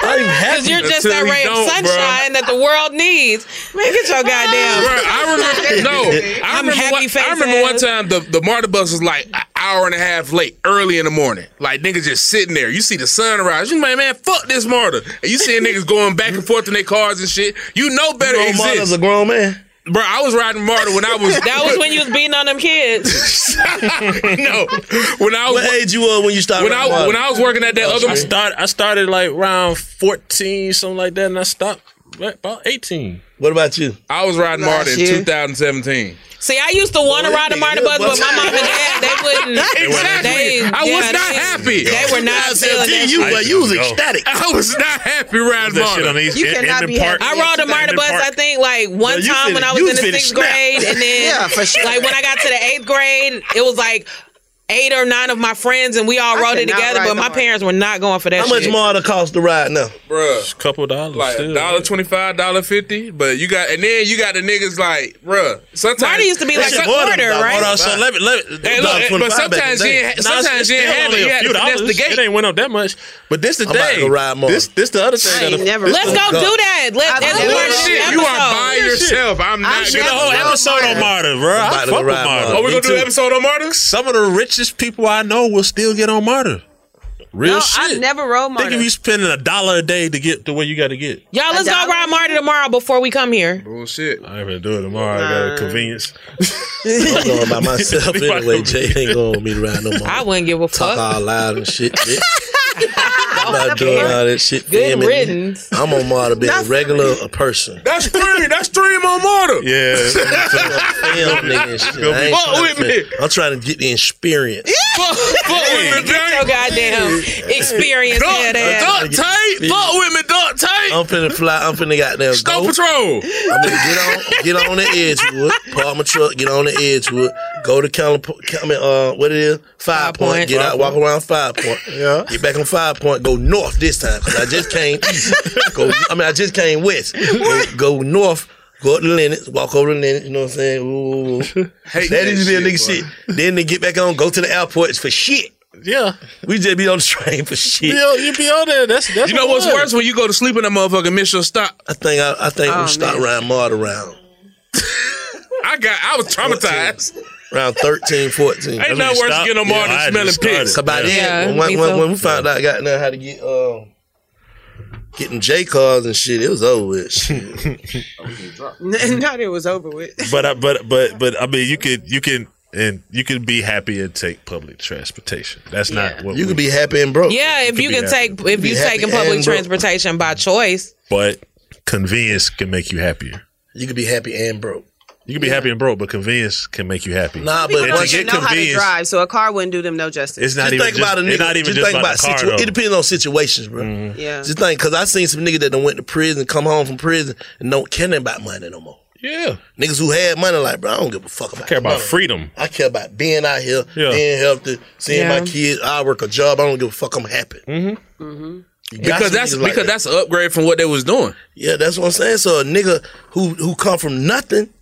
I'm happy.
Because you're just that ray of sunshine that the world needs. Man, get your goddamn.
Bruh, I remember no. I
I'm
remember,
happy
one, I
face
remember one
ass.
time the the MARTA bus was like an hour and a half late, early in the morning. Like niggas just sitting there. You see the sunrise. You like, man, fuck this MARTA. And you seeing niggas going back and forth in their cars and shit. You know better
Grown
exists.
Marta's a grown man.
Bro, I was riding MARTA when I was.
That was when you was beating on them kids.
no, when I was
What age you were when you started?
when I when I was working at that other
I start I started like around fourteen, something like that, and I stopped at about eighteen.
What about you?
I was riding
Last
MARTA in
year.
2017.
See, I used to want to
Boy,
ride a
nigga,
minor
you're
bus, but my
busting.
mom
[laughs]
and dad they wouldn't.
Exactly.
They,
I
yeah,
was not
they-
happy.
They were not feeling that.
you,
shit.
but you was
Yo.
ecstatic.
[laughs] I was not happy riding
That shit
MARTA.
on these
You cannot be happy. I rode a minor bus. I think like one
Yo, you
time when
finna-
I was
you
in the
finna
sixth
snap.
grade, and then
Yeah, for sure.
like when I got to the eighth grade, it was like eight or nine of my friends, and we all
I
rode it
cannot
together.
ride no
But my
Marta.
parents were not going for that.
How much
shit.
more the cost to ride now?
Bruh.
couple dollars.
like
still.
dollar twenty five, dollar fifty. But you got and then you got the niggas like, bruh. Sometimes
Marty used to be like a quarter,
Hold on,
right?
so let me let me.
Hey, look, but sometimes you ain't- sometimes you ain't had it. You had to finesse the gate.
It ain't went up that much. But this the
I'm about to
thing.
go ride more.
This this the other thing. that'll- this
Let's
the-
go do that. Let,
I
that's
love
part
that
of the
shit. You are by
episode.
yourself. I'm not
Did a
gonna
whole episode on Marta, bro.
I'm about
I
to
fuck with
ride
Marta.
Marta.
Oh, we're gonna do an episode on Marta?
Some of the richest people I know will still get on Marta. Real
No,
shit.
I never rode
Think if
Martin.
you spending a dollar a day to get to where you got to get.
Y'all, let's
A
go
dollar.
ride Marty tomorrow before we come here.
bullshit.
I ain't gonna do it tomorrow. I got a convenience.
I'm going by
[laughs]
myself anyway. Jay ain't going with me to ride no more.
I wouldn't give a
Talk
fuck.
all loud and shit. bitch. I'm not doing all that shit.
Good
feminine.
riddance.
I'm on Marta being a
That's-
regular a person.
That's three. That's three on Marta.
Yeah.
Film nigga and shit.
Gonna
I
be
ain't
fuck
trying
with
to
me.
fit. I'm trying to get the experience.
Fuck, fuck with me,
Get your
Jay.
goddamn experience
Duck,
head ass.
duck tape. Fuck with me, duck tape.
I'm finna fly. I'm finna goddamn
Stone
go.
Patrol.
I'm gonna get on, get on the Edgewood, park my truck, get on the Edgewood, go to County, Po- County uh, what it is, Five Point,
Point.
get out, walk around Five Point, yeah, get back on Five Point, go north this time because I just came east. Go, I mean, I just came west. Go, go north. Go up to Lennox, walk over to Lennox, you know what I'm saying? Ooh,
[laughs]
Hate
that
that
is
shit,
real nigga
bro.
shit. Then they get back on, go to the airport, it's for shit.
Yeah.
We just be on the train for shit.
Yo, you be on there. That's that's
You know what's
what-
worse when you go to sleep in that motherfucker and miss your stop.
I think I, I think
Oh,
we start
man.
around Mart around
I got. I was traumatized.
around 13, 14.
Ain't nothing worse than getting on Marta
Yeah, I
and
had
smelling
just started.
piss.
Cause by then,
Yeah,
when, when,
me
when,
too.
when we found out, got now how to get um, getting J cars and shit, it was over with. Shit.
Not it was over with.
but I, but but but I mean, you could you can and you can be happy and take public transportation. That's not what
you
we,
could be happy and broke.
Yeah, if
could
you
be
can
happy.
take if
Be
you
happy
taking public
and broke.
transportation by choice.
But convenience can make you happier.
You could be happy and broke.
You can be happy and broke, but convenience can make you happy.
Nah,
People don't even know how to drive, so a car wouldn't do them no justice.
It's not
just
even
think
just-
about a
it's
nigga.
not even
just
just
think
about
about,
the Mm-hmm. car,
situ-
though.
It depends on situations, bro.
Yeah.
Just think, because I seen some nigga that done went to prison, come home from prison, and don't care nothing about money no more.
Yeah.
Niggas who had money, like, bro, I don't give a fuck about
care about
money.
freedom.
I care about being out here,
Yeah.
being healthy, seeing
Yeah.
my kids. I work a job. I don't give a fuck. I'm happy. Mm-hmm. Mm-hmm.
Because that's- because that's an upgrade from what they was doing.
Yeah, that's what I'm saying. So a nigga who who come from nothing,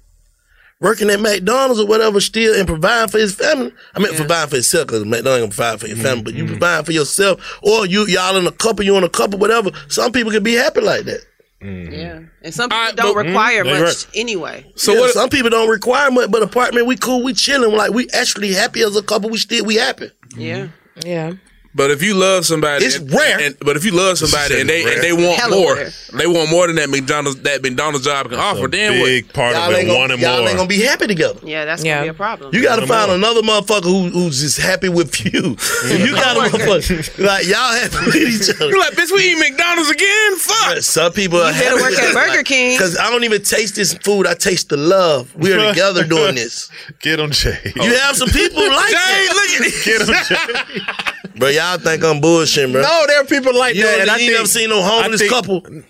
working at McDonald's or whatever, still and providing for his family. I mean, providing for himself because McDonald's gonna provide for your family, but you providing for yourself, or you y'all in a couple, you in a couple, whatever. Some people can be happy like that.
Yeah, and some people don't require
Mm, they
much
right. Mm-hmm.
anyway.
So what, some people don't require much, but apartment we cool, we chilling, like we actually happy as a couple. We still we happy.
Yeah, yeah.
But if you love somebody,
It's
and-
rare.
and- but if you love somebody and they
rare.
and they want
Hella
more,
rare.
they want more than that McDonald's that McDonald's job can offer. Then
big
what?
part
Y'all ain't gonna, y'all ain't gonna be happy together.
Yeah, that's
Yeah.
gonna be a problem.
You gotta find another motherfucker who, who's just happy with
[laughs]
you. you gotta motherfucker like y'all happy with each other.
You're like, bitch, we eat McDonald's again. Fuck.
Some people
You
are
better
happy
work at Burger
King
because I don't even taste this food. I taste the love.
[laughs]
We're together doing this.
Get on Jay.
You have some people
[laughs]
like that,
look at this.
Get him, [laughs]
bro. Y'all think I'm bullshitting, bro?
No, there are people like
you
that,
don't-
and I
you
think-
never seen no homeless
I think-
couple. Them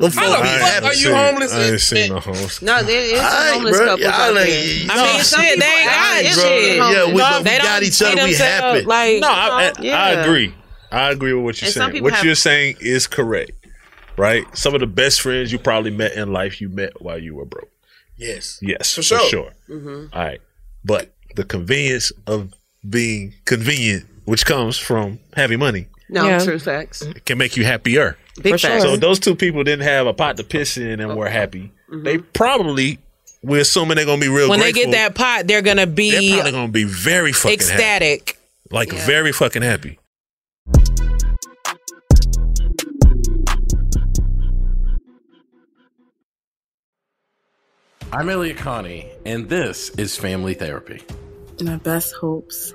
I
fuckers
ain't
happy.
seen- I ain't seen no homeless.
No, there is
All right,
some homeless
bro.
couples
Y'all
out
ain't-
there.
I mean, some
Shit, they
people
ain't
out
got
here,
shit.
bro.
Yeah, we-
Love,
we
they
got
don't
each
see
other, we
themselves,
happy.
Like,
no, I, I, I
yeah.
agree. I agree with what you're
And some
saying.
people
What
have-
you're saying is correct, right? Some of the best friends you probably met in life you met while you were broke.
Yes.
Yes, for
For sure.
sure.
Mm-hmm.
Mhm.
All right, but the convenience of being convenient, which comes from having money,
No,
Yeah.
true facts.
can make you happier.
Big For facts. sure.
So
Mm-hmm.
if those two people didn't have a pot to piss in and were happy. They probably we're assuming they're gonna be real.
Mm-hmm. when they
grateful.
get that pot, they're gonna be
they're probably gonna be very fucking happy.
ecstatic.
like very fucking happy.
I'm Elliot Connie, and this is Family Therapy.
my best hopes.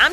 I'm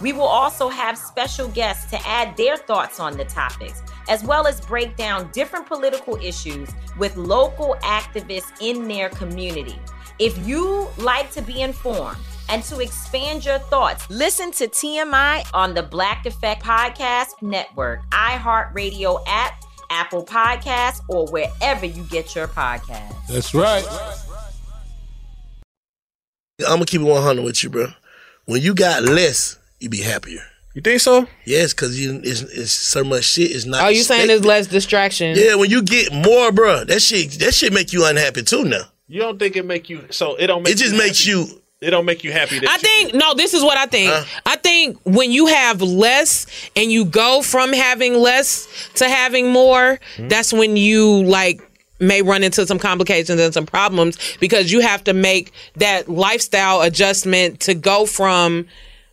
We will also have special guests to add their thoughts on the topics, as well as break down different political issues with local activists in their community. If you like to be informed, and to expand your thoughts. Listen to TMI on the Black Effect Podcast Network, iHeartRadio app, Apple Podcasts, or wherever you get your podcasts.
That's right. I'm gonna keep it 100 with you, bro. When you got less, you be happier. You think so? Yes, because you it's, it's so much shit. It's not.
Are you saying
expected.
there's less distraction?
Yeah, when you get more, bruh, that shit that shit make you unhappy too. Now
You don't think it make you so it don't make
it just
you
makes you.
It don't make you happy. That
I think no. This is what I think. I think when you have less and you go from having less to having more,
Hmm?
that's when you like may run into some complications and some problems because you have to make that lifestyle adjustment to go from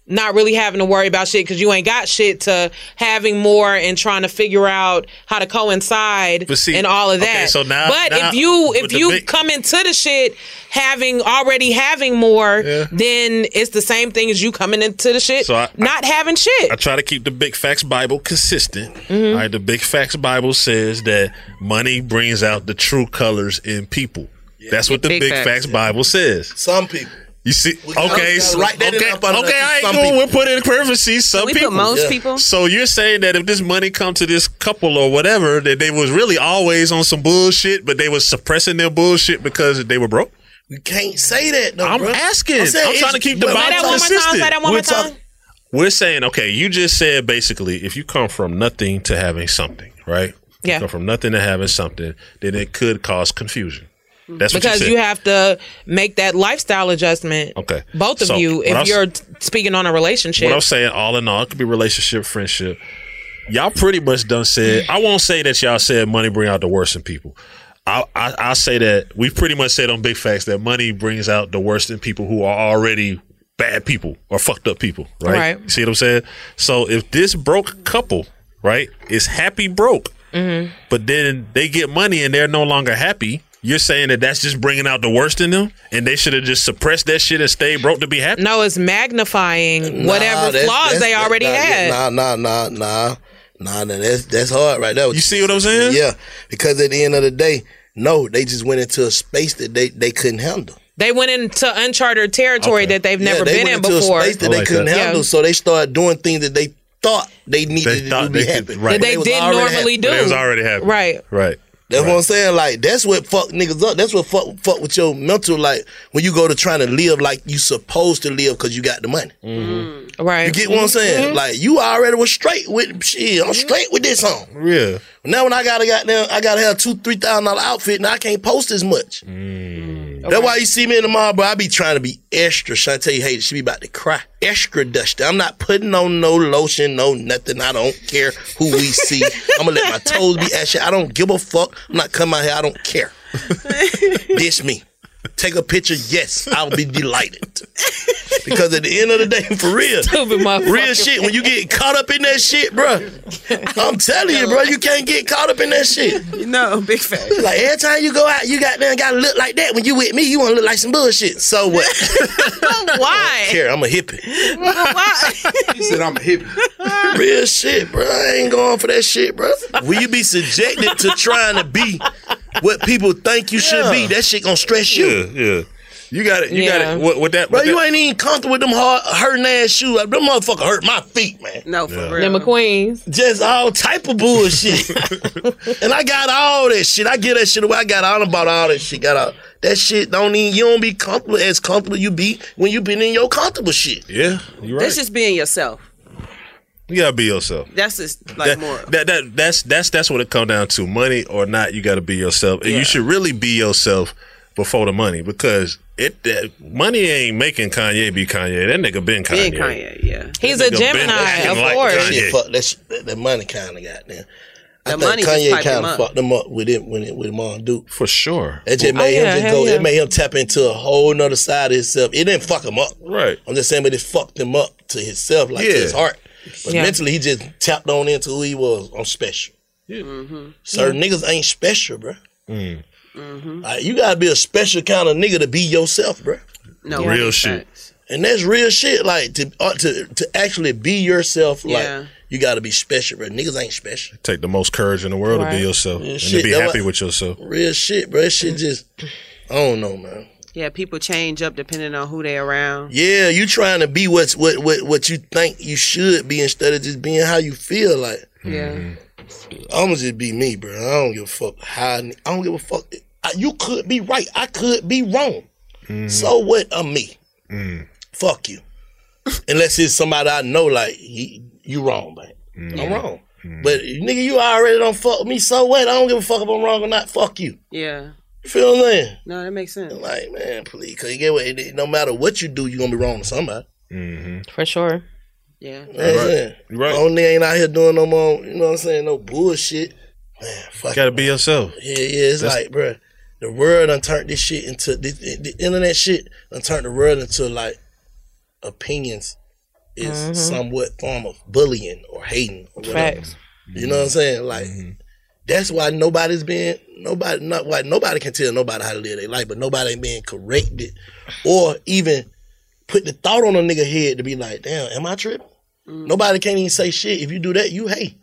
not really having to worry about shit because you ain't got shit to having more and trying to figure out how to coincide
But see,
and all of
okay,
that.
so now-
but
now
if you
with
if
the
you
big-
come into the shit having already having more, then it's the same thing as you coming into the shit
So I-
not having shit.
I try to keep the Big Facts Bible consistent.
Mhm.
All right, the Big Facts Bible says that money brings out the true colors in people. That's what the Big,
Big
Facts,
facts.
Bible says.
Some people.
You see,
gotta-
okay,
gotta
so,
write that in
okay,
up
okay,
under
I ain't
some
cool.
people.
We'll put in parentheses some
we put
people.
most Yeah. people?
So you're saying that if this money come to this couple or whatever, that they was really always on some bullshit, but they was suppressing their bullshit because they were broke.
You can't say that. Though,
I'm
bruh.
asking. I'm,
saying it's-
trying to keep the
but-
Bible consistent. we're talk- we're saying, okay, you just said basically, if you come from nothing to having something, right?
Yeah.
You come from nothing to having something, then it could cause confusion. That's what
because
you, said.
you, have to make that lifestyle adjustment.
Okay.
Both of
So,
you,
what I'm
if
s-
you're t- speaking on a relationship.
What I'm saying, all in all, it could be relationship, friendship. Y'all pretty much done said. I won't say that y'all said money bring out the worst in people. I I, I say that we pretty much said on big facts that money brings out the worst in people who are already bad people or fucked up people. Right.
Right.
See what I'm saying? So if this broke couple, right, is happy broke,
Mhm.
but then they get money and they're no longer happy. You're saying that that's just bringing out the worst in them, and they should have just suppressed that shit and stayed broke to be happy.
No, it's magnifying
Nah,
whatever
that's-
flaws
that's-
they
that-
already
nah,
had.
Nah, nah, nah, nah, nah. nah that's that's hard right now. You
see what I'm saying?
Yeah, because at the end of the day, no, they just went into a space that they they couldn't handle.
They went into uncharted territory that they've never
yeah, they
been
went
in
into
before.
A space that they couldn't handle, so they started doing things that they thought they needed to do
they
be
could-
happy.
right. That they
was
didn't
already
normally
happy.
do. They was already happy.
Right.
Right.
That's what I'm saying. Like that's what fuck niggas up. That's what fuck fuck with your mental. Like when you go to trying to live like you supposed to live because you got the money.
Right.
You get what I'm saying? Like you already was straight with shit. I'm straight with this on.
Yeah.
Now when I gotta got there, I gotta have two three thousand dollar outfit, and I can't post as much. That's why you see me in the mall, bro. I be trying to be extra. Should I tell you, hey, she be about to cry. Extra dusty. I'm not putting on no lotion, no nothing. I don't care who we see. I'm gonna let my toes be ashy. I don't give a fuck. I'm not coming out here. I don't care. Dish me. Take a picture. Yes, I'll be delighted. Because at the end of the day, [laughs] for real,
[laughs]
real shit. When you get caught up in that shit, bro, I'm telling you, bro, you can't get caught up in that shit.
No, big fact.
Like every time you go out, you got there, gotta look like that. When you with me, you wanna look like some bullshit. So
[laughs]
what?
[laughs]
[laughs]
Why?
Here, I'm a hippie.
[laughs] Why?
He said I'm a hippie. [laughs] Real shit, bro. I ain't going for that shit, bro. When you be subjected to trying to be what people think you should be, that shit gonna stress you.
Yeah, yeah. You got it. You
Yeah.
got it. What, what that?
Bro,
what
you
that-
ain't even comfortable with them hard, hurting ass shoes. Like, them motherfucker hurt my feet, man.
No, for
Yeah.
Them McQueens.
Just all type of
[laughs]
bullshit. and I got all that shit. I get that shit away. I got all about all that shit. Got all that shit. Don't even you don't be comfortable as comfortable you be when you been in your comfortable shit.
Yeah, you right.
That's just being yourself.
you gotta be yourself.
That's just like
that,
more.
that that that's that's that's what it come down to. Money or not, you gotta be yourself, and you should really be yourself before the money because it that money ain't making Kanye be Kanye. That nigga been Kanye.
Being Kanye, yeah.
He's
a Nigga been Gemini, acting of like course.
That shit
Kanye.
fuck that shit, that, that money kind of got there. I
The
think
money just
Kanye
piped him
kind of
up.
fucked them up with it when it with Mon Duke.
For sure.
It just
Oh,
made
yeah,
him just
hell
go.
yeah.
It made him tap into a whole nother side of himself. It didn't fuck him up.
Right.
I'm just saying, but it fucked him up to himself, like to
Yeah.
his heart. But
Yeah.
mentally, he just tapped on into who he was. I'm special.
Mm-hmm.
Certain niggas ain't special, bro.
Mm.
Mm-hmm.
Like, you gotta be a special kind of nigga to be yourself, bro.
[laughs] No,
Real big shit.
And that's real shit. Like to uh, to to actually be yourself, like
Yeah.
you gotta be special, bro. Niggas ain't special.
Take the most courage in the world to
Right.
be yourself
Yeah,
and
shit,
to be
that
happy
what-
with yourself.
Real shit, bro. That shit just I don't know, man.
Yeah, people change up depending on who they around.
Yeah, you trying to be what's what what what you think you should be instead of just being how you feel like.
Yeah.
Mm-hmm.
I'ma just be me, bro. I don't give a fuck how I don't give a fuck. I- you could be right. I could be wrong.
Mm-hmm.
So what? I'm me.
Mm.
Fuck you. [laughs] Unless it's somebody I know, like you, you wrong, man.
Mm-hmm.
I'm wrong. But nigga, you already don't fuck with me. So what? I don't give a fuck if I'm wrong or not. Fuck you.
Yeah.
You feel what I'm saying?
No, that makes sense.
Like, man, please, cause you get what? it- No matter what you do, you gonna be wrong to somebody.
For sure.
Yeah.
You know what I'm saying?
Right.
Only ain't out here doing no more. You know what I'm saying? No bullshit. Man, fuck.
Gotta be yourself.
Yeah, yeah. It's
That's-
like, bro, the world done turned this shit into this, the internet shit done turned the world into like opinions is
Mhm.
somewhat form of bullying or hating or whatever.
Facts.
You know what I'm saying? Like
Mm-hmm.
that's why nobody's being nobody not why nobody can tell nobody how to live their life, but nobody ain't being corrected or even put the thought on a nigga head to be like, damn, am I tripping? Nobody can't even say shit. If you do that, you hate.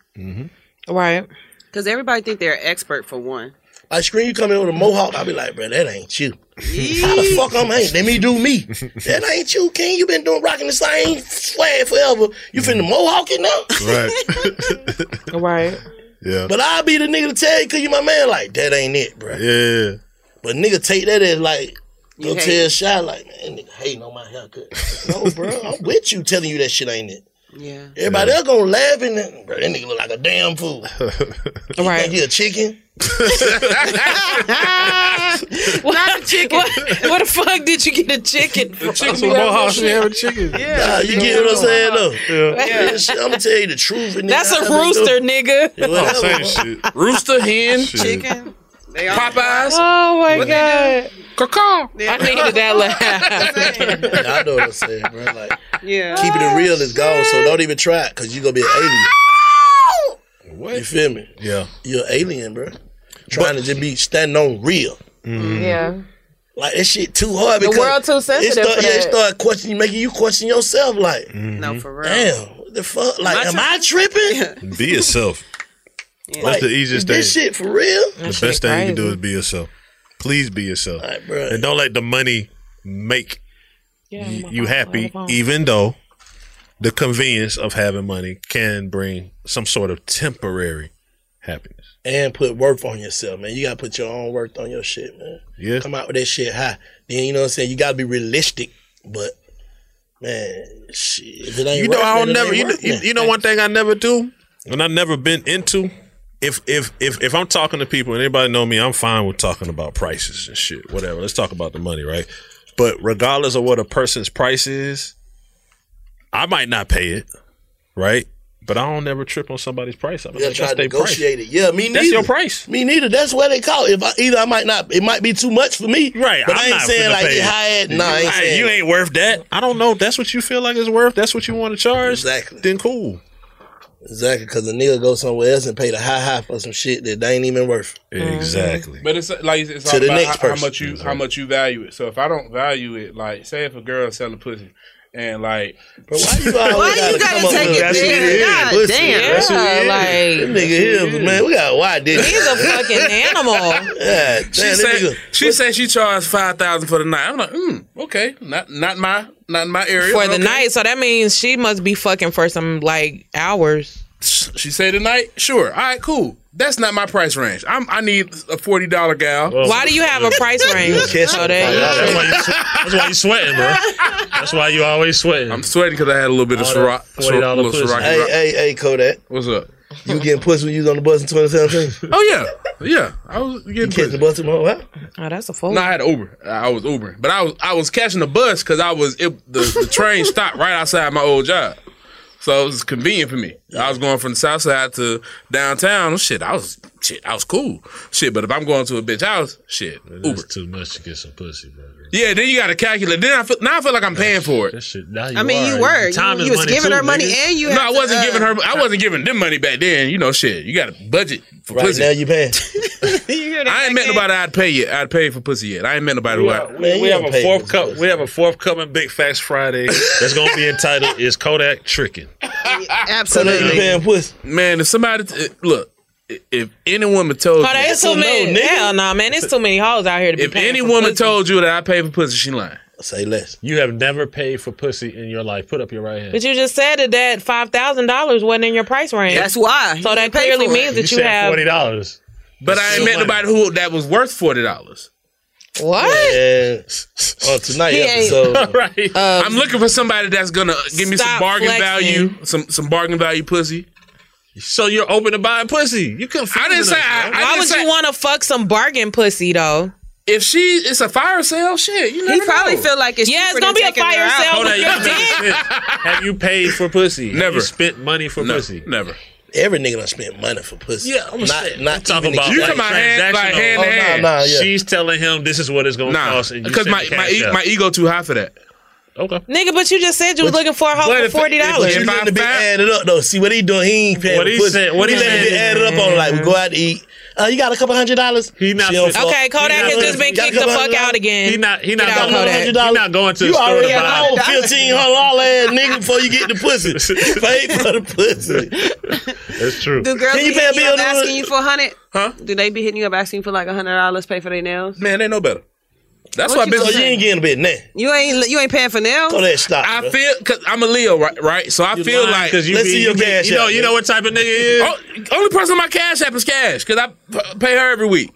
Right.
Because everybody think they're expert
[laughs]
for one.
Like screen, you come in with a mohawk, I'll be like, bro, that ain't you. How the fuck I'm ain't? Let me do me. [laughs] That ain't you, King. You been doing rocking the same swag forever. You finna mohawk it now?
Right.
right.
Yeah.
But I'll be the nigga to tell you, cause you my man, like, that ain't it, bro.
yeah.
But nigga take that as like,
You
go
hate
tell
it.
Shy, like, man, nigga hating on my haircut. [laughs] no, bro, I'm with you telling you that shit ain't it.
[laughs] Yeah.
Everybody else gonna laugh and then, bro, that nigga look like a damn [laughs] fool. right. Think he a chicken?
Ah,
Not a chicken. What, what the fuck did you get a chicken from?
chicken from Mohawk, she have a chicken.
Yeah.
Nah, Ah, you get what I'm saying though.
Yeah.
Yeah. shit, I'm gonna tell you the truth. nigga.
That's
I
a
never
rooster,
do-
nigga.
Yeah, whatever.
Rooster, hen,
chicken,
Popeyes.
Oh my
What
god.
Caw-caw.
I needed that laugh.
Yeah, I know what I'm saying, bro. Like,
[laughs] yeah.
keeping
Oh,
it real is gone, so don't even try it, cause you gonna be an alien. What? You feel me?
Yeah.
You're an alien, bro. Trying to just be standing on real.
Yeah.
Like that shit too hard.
The
Because
world too sensitive
It start,
for
yeah, it
that.
start questioning, making you question yourself. Like,
no, for real.
damn, what the fuck? Like, am I [laughs] tripping?
Be yourself. That's
Like,
the easiest
is this
thing.
shit for real?
the best thing you can do is be yourself. Please be yourself,
bruh.
and don't let the money make you, you happy. Even though the convenience of having money can bring some sort of temporary happiness.
and put work on yourself, man. You gotta put your own work on your shit, man.
Yeah.
Come out with that shit high. Then you know what I'm saying. You gotta be realistic, but man, shit. If it ain't
you know,
working,
I'll
it
never.
ain't
You know,
working.
you, you know, one thing I never do, and I've never been into. If if if if I'm talking to people and anybody know me, I'm fine with talking about prices and shit, whatever. Let's talk about the money, right? But regardless of what a person's price is, I might not pay it, right? But I don't ever trip on somebody's price. I'm
You gotta try to negotiate it. Yeah, me neither.
That's your price.
Me neither. That's what they call it. If I, either I might not, it might be too much for me. Right. But
I'm
I ain't
not
saying
finna
like
pay
it
it.
high. at- Nah, I ain't
Hey,
saying.
you ain't worth that. I don't know. If that's what you feel like it's worth. That's what you want to charge. Exactly. Then cool.
Exactly, because a nigga go somewhere else and pay the high high for some shit that they ain't even worth.
Exactly.
But it's like it's
To
all
the
about
next
how, how
person.
much you how much you value it. So if I don't value it, like say if a girl selling pussy and like,
but why you
Why you gotta take it there? God damn.
Oh,
Yeah,
That nigga here, man, we got why did
He's a fucking animal.
[laughs] Yeah,
she said she said she charged five thousand for the night. I'm like, mm, okay, not not my not in my area
for
but
the
okay.
night. So that means she must be fucking for some like hours.
She say tonight, sure. All right, cool. That's not my price range. I'm I need a forty dollar gal.
Why do you have a price range? So that-
That's why, you, that's why you sweating, bro. That's why you always sweating. I'm
sweating because I had a little bit of
All that
Ciroc.
$40
little
pussy.
Ciroc-
Hey, hey, hey, Kodak.
What's up?
You getting pussy when you was on the bus in 2017?
[laughs]
Oh yeah, yeah. I was getting
you catch the bus tomorrow. What?
Oh, that's a fool.
No, I had Uber. I was Ubering, but I was I was catching the bus because I was it, the, the train stopped right outside my old job, so it was convenient for me. I was going from the south side to downtown. Oh, Shit, I was shit, I was cool. Shit, but if I'm going to a bitch house, shit, Uber.
It's too much to get some pussy, bro.
Yeah, then you got to calculate. Then I feel, now I feel like I'm paying for it.
I mean, you were. You, you was giving her money and you
no,
had
I
to,
wasn't
uh,
giving her. I wasn't giving them money back then. You know, shit. You got to budget for
Right
pussy.
now you
[laughs]
paying.
I ain't met nobody I'd pay yet. I'd pay for pussy yet. I ain't met nobody
We,
who
are-
I.
we- we have a fourth co- we have a forthcoming Big Facts Friday that's gonna be entitled "Is Kodak Tricking?"
Absolutely.
pussy.
Man, if somebody uh, look, if any woman told
Oh,
you,
it's too many. Hell no, man. It's too many hoes out here to be
if
paying
any
for
woman
pussy.
told you that I pay for pussy, she lying.
Say less.
You have never paid for pussy in your life. Put up your right hand.
But you just said that that five thousand dollars wasn't in your price range.
That's why.
So that
pay
clearly
for it.
means that
You
you,
said
have
$40.
But I ain't met nobody who that was worth forty dollars.
What?
Yeah. On tonight
He
[laughs]
ain't-
episode.
right.
I'm looking for somebody that's gonna give me some
Stop
bargain
flexing.
value, some some bargain value pussy.
So you're open to buying pussy. You can.
I didn't say. I, I
Why
didn't
would
say,
you want to fuck some bargain pussy though?
If she, it's a fire sale. Shit, you never know.
like
it's yeah, it's gonna be a fire sale.
Hold on,
With
you
your
just
dick.
said, have you paid for pussy? Have
Never.
you spent money for pussy?
Never.
Every nigga done spent money for pussy.
Yeah, I'm
not
saying-
not
I'm talking
even
about
the-
like transactional.
hand to
Oh, nah,
hand.
nah, yeah.
She's telling him this is what it's gonna
Nah,
cost, and you
because
send
my
the
my,
cash
e-
out.
my ego too high for that.
Okay.
Nigga, but you just said you was looking for a hoe for forty dollars.
But you let the bitch add it up though. See what he doing? He ain't paying.
What
What
he
he pussy.
said- what
he
he
let the
said-
bitch add it up on like we go out to eat. Uh, you got a couple hundred dollars. He
not fit-
Okay, Kodak has just been kicked the fuck out again.
He not. He not.
Get out,
Going,
Kodak.
he not going to the
You
store to
already
buy.
owe fifteen hundred dollar ass nigga before you get
[laughs]
the pussy. You Paid for the pussy.
That's true.
Do girls
Can you
be
pay a
hitting you
bill?
up asking you for a hundred?
Huh?
Do they be hitting you up asking you for like a hundred dollars pay for their nails?
Man, they know better. That's
What
why
you
business.
gonna say? You ain't
getting a bit now.
You ain't you ain't paying for nails.
I feel because I'm a Leo, right? Right. So I feel
lying
like
'cause you Let's be- see your you be- cash
You know,
app,
you
man.
know what type of nigga is. only person on my cash app is cash because I p- pay her every week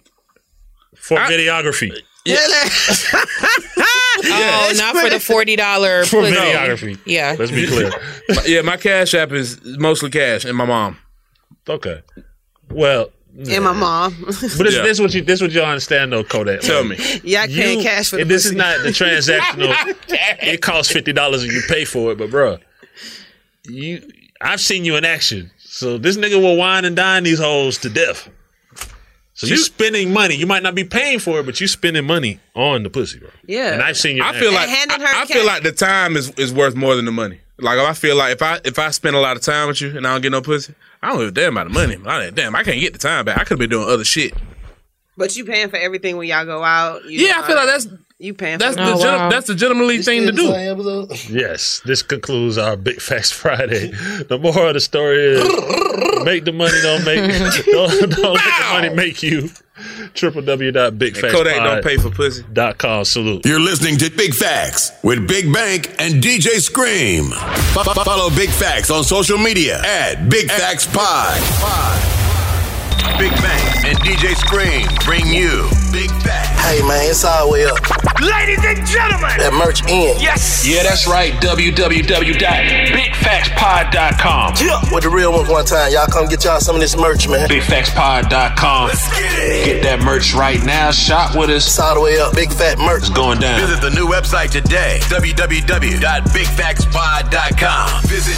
for videography.
Yeah.
Oh, not for the forty dollar
For
pussy.
videography.
Yeah.
Let's be clear.
My- yeah, my cash app is mostly cash and my mom.
Okay. Well.
And my mom.
But this, this what you this what y'all understand though, Kodak.
Tell me.
Y'all paying
You-
cash for the
and this is
pussy.
not the transactional. it costs fifty dollars and you pay for it, but bruh, you I've seen you in action. So this nigga will wine and dine these hoes to death. So you spending money. You might not be paying for it, but you spending money on the pussy, bro.
Yeah.
And I've seen you. in
I feel
action.
like I, I feel like the time is, is worth more than the money. Like I feel like if I if I spend a lot of time with you and I don't get no pussy, I don't give a damn about the money. I don't- damn, I can't get the time back. I could have been doing other shit.
But you paying for everything when y'all go out. You
Yeah, I feel like that's
you paying.
That's
Oh,
for
the gen- that's the gentlemanly thing to do.
Yes, this concludes our Big Facts Friday. The moral of the story is make the money, don't make [laughs] don't, don't let the money make you.
And Kodak don't pay
for pussy.
Dot com salute.
You're listening to Big Facts with Big Bank and DJ Scream. Fo- fo- Follow Big Facts on social media at Big Facts Pod. Big Bank and DJ Scream bring you Big Facts.
Hey man, it's all the way up.
Ladies and gentlemen,
That merch in.
Yes.
Yeah, that's right. www.bigfaxpod.com. Yeah. With the real ones one time. Y'all come get y'all some of this merch, man. Bigfaxpod.com. Get that merch right now. Shop with us. It's all the way up. Big fat merch. going
Visit the new website today, www.bigfactspod.com. Visit